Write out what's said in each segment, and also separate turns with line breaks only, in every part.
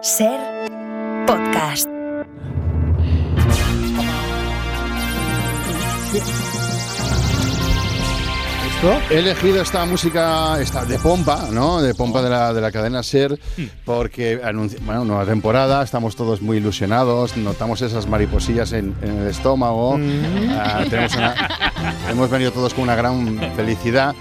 Ser podcast.
He elegido esta música esta, de pompa, ¿no? De pompa de la, de la cadena Ser,
Hmm.
porque anuncia, bueno, nueva temporada, estamos todos muy ilusionados, notamos esas mariposillas en, en el estómago,
Mm.
ah, tenemos una- hemos venido todos con una gran felicidad.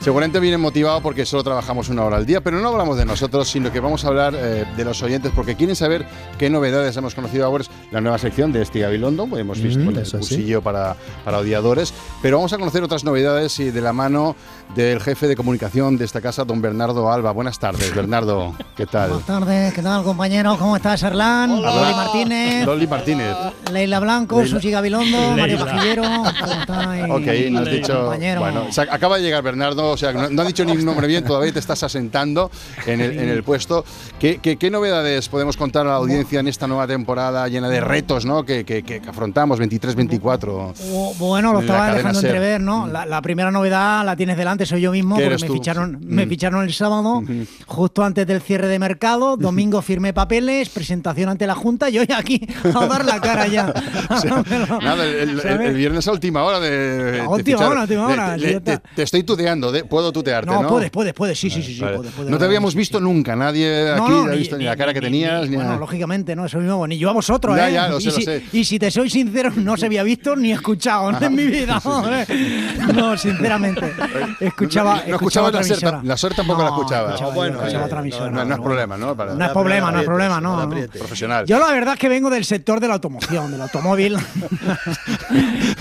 Seguramente viene motivado porque solo trabajamos una hora al día, pero no hablamos de nosotros, sino que vamos a hablar eh, de los oyentes porque quieren saber qué novedades hemos conocido ahora. Es la nueva sección de Este Gabilondo, pues hemos visto
Mm,
el
eso sí.
cursillo para, para odiadores, pero vamos a conocer otras novedades y de la mano del jefe de comunicación de esta casa, don Bernardo Alba. Buenas tardes, Bernardo. ¿Qué tal?
Buenas tardes, ¿qué tal compañeros? ¿Cómo estás, Erlán? Loli Martínez,
Dolly Martínez.
Leila Blanco,
Leila.
Susi Gabilondo, Mario
Leila.
Pajillero, ¿cómo estáis?
Ok, nos has dicho.
compañeros?
Bueno, o sea, acaba de llegar Bernardo, o sea, no, no has dicho ni un nombre bien, todavía te estás asentando en el, en el puesto. ¿Qué, qué, qué novedades podemos contar a la audiencia en esta nueva temporada llena de retos ¿no? que, que- que afrontamos 23-24?
Bu- bueno, lo
en la
estaba
cadena
dejando
SER.
entrever, ¿no? La, la primera novedad la tienes delante, soy yo mismo,
¿Qué
porque
eres
me
tú? Mm.
ficharon, me ficharon el sábado, justo antes del cierre de mercado, domingo firmé papeles, presentación ante la Junta y hoy aquí a dar la cara ya.
Nada, el, el- el- el viernes a última hora de.
A
te
última
ficharon.
hora, a última
Le-
hora,
le-
sí, ya
te,
está.
te estoy tuteando, de- puedo tutearte, ¿no?
No, puedes, puedes, puedes, sí, sí, sí, sí,
Vale.
puedes, puedes,
no te
realmente,
habíamos
sí.
visto nunca, nadie aquí
No, no,
ha visto ni, la cara que tenías.
ni-
ni
bueno,
nada.
lógicamente, no, eso mismo, ni yo a vosotros,
Ya,
¿eh?
ya, lo sé,
y,
lo
si,
sé.
y si te soy sincero, no se había visto ni escuchado ¿no? en mi vida, hombre. No, sinceramente. Escuchaba.
No, no escuchabas
otra
la SER,
emisora.
la SER tampoco la escuchabas.
escuchaba,
Ah,
yo
bueno,
escuchaba
eh,
otra
no,
emisora,
no, no es problema, ¿no? Para-
No es problema, no es problema, no. no.
Profesional.
Yo la verdad es que vengo del sector de la automoción, del automóvil.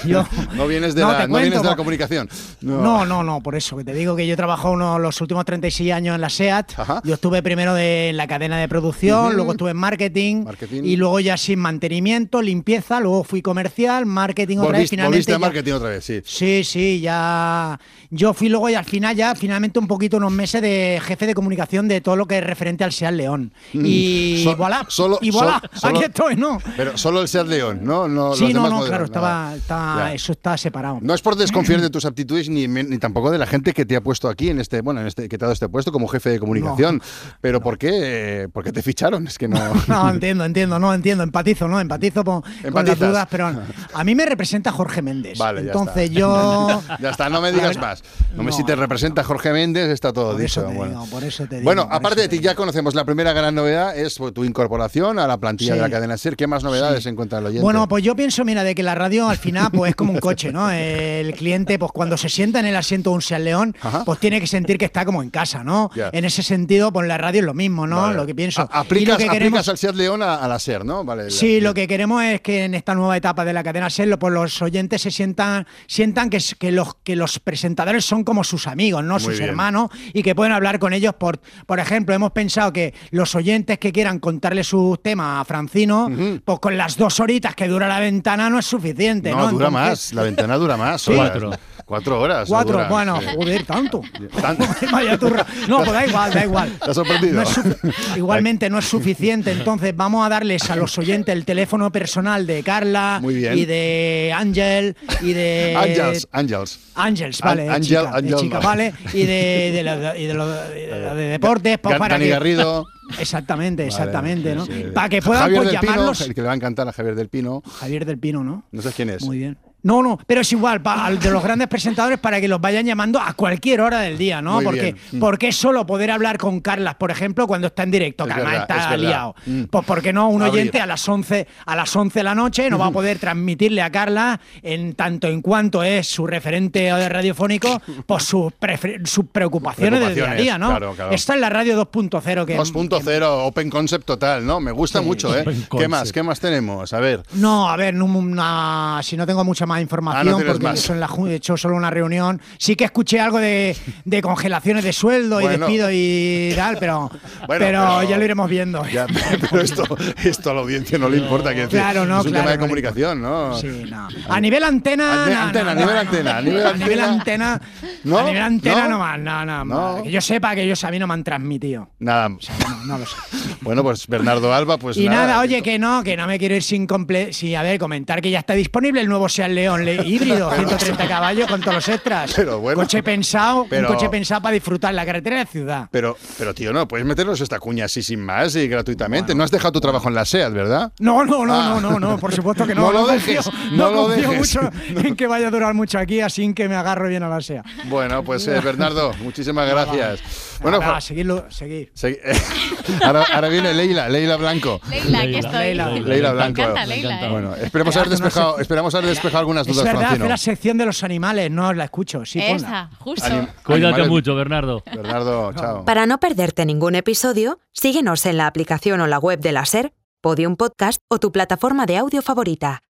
Yo-
No vienes de,
No,
la,
te
no vienes
cuento,
de la
pa-
comunicación.
No, no, no, por eso, que te digo que yo he trabajado unos, los últimos 36 años en la SEAT.
Ajá.
Yo estuve primero de- en la cadena de producción,
Ujú.
luego estuve en marketing,
Marketing.
y luego ya sin mantenimiento, limpieza, luego fui comercial, marketing otra vez,
Volviste,
finalmente.
volviste a
ya-
marketing otra vez, sí.
Sí, sí, ya. Yo fui luego y al final ya, finalmente un poquito, unos meses de jefe de comunicación de todo lo que es referente al SEAT León. Y
Mm. So-
voilà,
solo-
y voilà,
sol- solo-
aquí estoy, ¿no?
Pero solo el Seat León, ¿no? no los
sí, no,
demás
no,
modelos,
claro,
nada.
estaba, está-
Ya.
eso está separado.
No es por desconfiar de tus aptitudes ni, me- ni tampoco de la gente que te ha puesto aquí en este, bueno, en este, que te ha dado este puesto como jefe de comunicación. Pero ¿por qué? ¿Por qué te ficharon? Es que no.
No, entiendo, entiendo, no, entiendo, empatizo, ¿no? Empatizo po- con,
Empatizas.
las dudas, pero a mí me representa Jorge Méndez.
Vale, ya
Entonces
está.
yo...
Ya está, no me digas
La verdad-
más. No, me
No,
si te representa Jorge Méndez, está todo
Por
dicho.
eso te
bueno.
digo, por eso te digo,
Bueno,
por
aparte de
eso te
ti, ya conocemos la primera gran novedad, es pues, tu incorporación a la plantilla
Sí.
de la cadena SER. ¿Qué más novedades encuentra el oyente?
Bueno, pues yo pienso, mira, de que la radio al final pues es como un coche, ¿no? El cliente, pues cuando se sienta en el asiento de un Seat León,
Ajá.
pues tiene que sentir que está como en casa, ¿no?
Ya.
En ese sentido, pues la radio es lo mismo, ¿no?
Vale.
Lo que pienso.
A-
Y lo
aplicas,
que
aplicas al Seat León a, a la SER, ¿no? Vale,
Sí, lo que queremos es que en esta nueva etapa de la cadena SER, lo- pues los oyentes se sientan, sientan que, s- que los, que los presentadores son como sus amigos, no
Muy
sus
bien.
hermanos, y que pueden hablar con ellos. Por, por ejemplo, hemos pensado que los oyentes que quieran contarle sus temas a Francino, pues con las dos horitas que dura la ventana no es suficiente. No,
No, dura
Entonces,
más, la ventana dura más.
Sí.
horas.
Cuatro.
Cuatro horas.
Cuatro,
dura,
bueno,
sí.
joder, tanto.
Tanto.
Vaya turra. No, pues da igual, da igual.
¿Te has sorprendido?
No es sufi- igualmente no es suficiente, entonces vamos a darles a los oyentes el teléfono personal de Carla
Muy bien.
y de Ángel y de
Angels, Angels.
Ángels, vale, de
Ángel-
chica, de
Ángel
chica,
no.
vale, y de, de, la- y de lo- de lo de deportes, pues
Gan-
para
Dani
que-
Garrido.
Exactamente, exactamente,
Vale,
¿no?
sí, sí.
Para que puedan
Javier
pues,
del Pino,
llamarlos
el que le va a encantar a Javier del Pino.
Javier del Pino, ¿no?
No sé quién es.
Muy bien. No, no, pero es igual, pa- al de los grandes presentadores para que los vayan llamando a cualquier hora del día, ¿no?
Muy
Porque,
bien. Mm.
porque solo poder hablar con Carlas, por ejemplo, cuando está en directo,
Es
que además
verdad, es
está
verdad.
liado.
Mm.
Pues porque no, un
Abrir.
oyente a las 11 a las 11 de la noche no va a poder transmitirle a Carla en tanto en cuanto es su referente radiofónico, pues sus, prefer- sus preocupaciones, del día a
Preocupaciones,
día, ¿no?
claro, claro.
Está en la radio 2.0 que
2.0, open concept total, ¿no? Me gusta mucho, ¿eh?
Open
¿Qué
concept.
más? ¿Qué más tenemos? A ver.
No, a ver, no, una- si no tengo mucha más información,
Ah, tienes
porque
más.
eso en la ju- he hecho solo una reunión. Sí que escuché algo de, de congelaciones de sueldo y
Bueno.
despido y tal, pero,
Bueno,
pero,
pero-
ya lo iremos viendo.
Ya, pero esto, esto a la audiencia no le importa. quiero decir,
Claro, no,
Es un
claro,
tema de
no le
comunicación, ¿no?
Sí, no. A nivel antena.
Ante-
no, no,
antena,
no,
a nivel
no,
antena,
no.
a nivel antena.
antena.
¿No?
A nivel antena
¿No?
no, más, no,
No.
no, más. Que yo sepa que ellos a mí no me han transmitido.
Nada.
O sea, no, no lo sé.
Bueno, pues Bernardo Alba, pues
y nada,
nada
oye, que no, que no me quiero ir sin comple- sí, a ver, comentar que ya está disponible el nuevo Seat León le- híbrido, 130 caballos con todos los extras.
Pero bueno.
coche pensado,
Pero-
un coche pensado para disfrutar la carretera de la ciudad.
Pero, pero tío, no, puedes meternos esta cuña así sin más y gratuitamente. no has dejado tu trabajo en la SEAT, ¿verdad?
No, no, no,
Ah.
no, no, no, por supuesto que no.
No lo
confío-
dejes, no lo
confío
dejes.
mucho en que vaya a durar mucho aquí, así que me agarro bien a la SEA.
Bueno, pues eh, Bernardo, muchísimas gracias. Bueno,
Ahora,
Fa-
seguidlo, seguid.
segui- ahora, ahora viene Leila, Leila Blanco.
Leila, aquí estoy.
Leila.
Leila Blanco.
Me encanta Leila. ¿eh?
Bueno, esperemos haber
Era una
despejado,
sección-
esperamos haber despejado algunas
Es
dudas,
verdad, hace
Francino.
la sección de los animales, no la escucho. Sí, ponla.
Esa, justo.
Anim-
Cuídate
animales-
mucho, Bernardo.
Bernardo, chao.
Para no perderte ningún episodio, síguenos en la aplicación o la web de la SER, Podium Podcast o tu plataforma de audio favorita.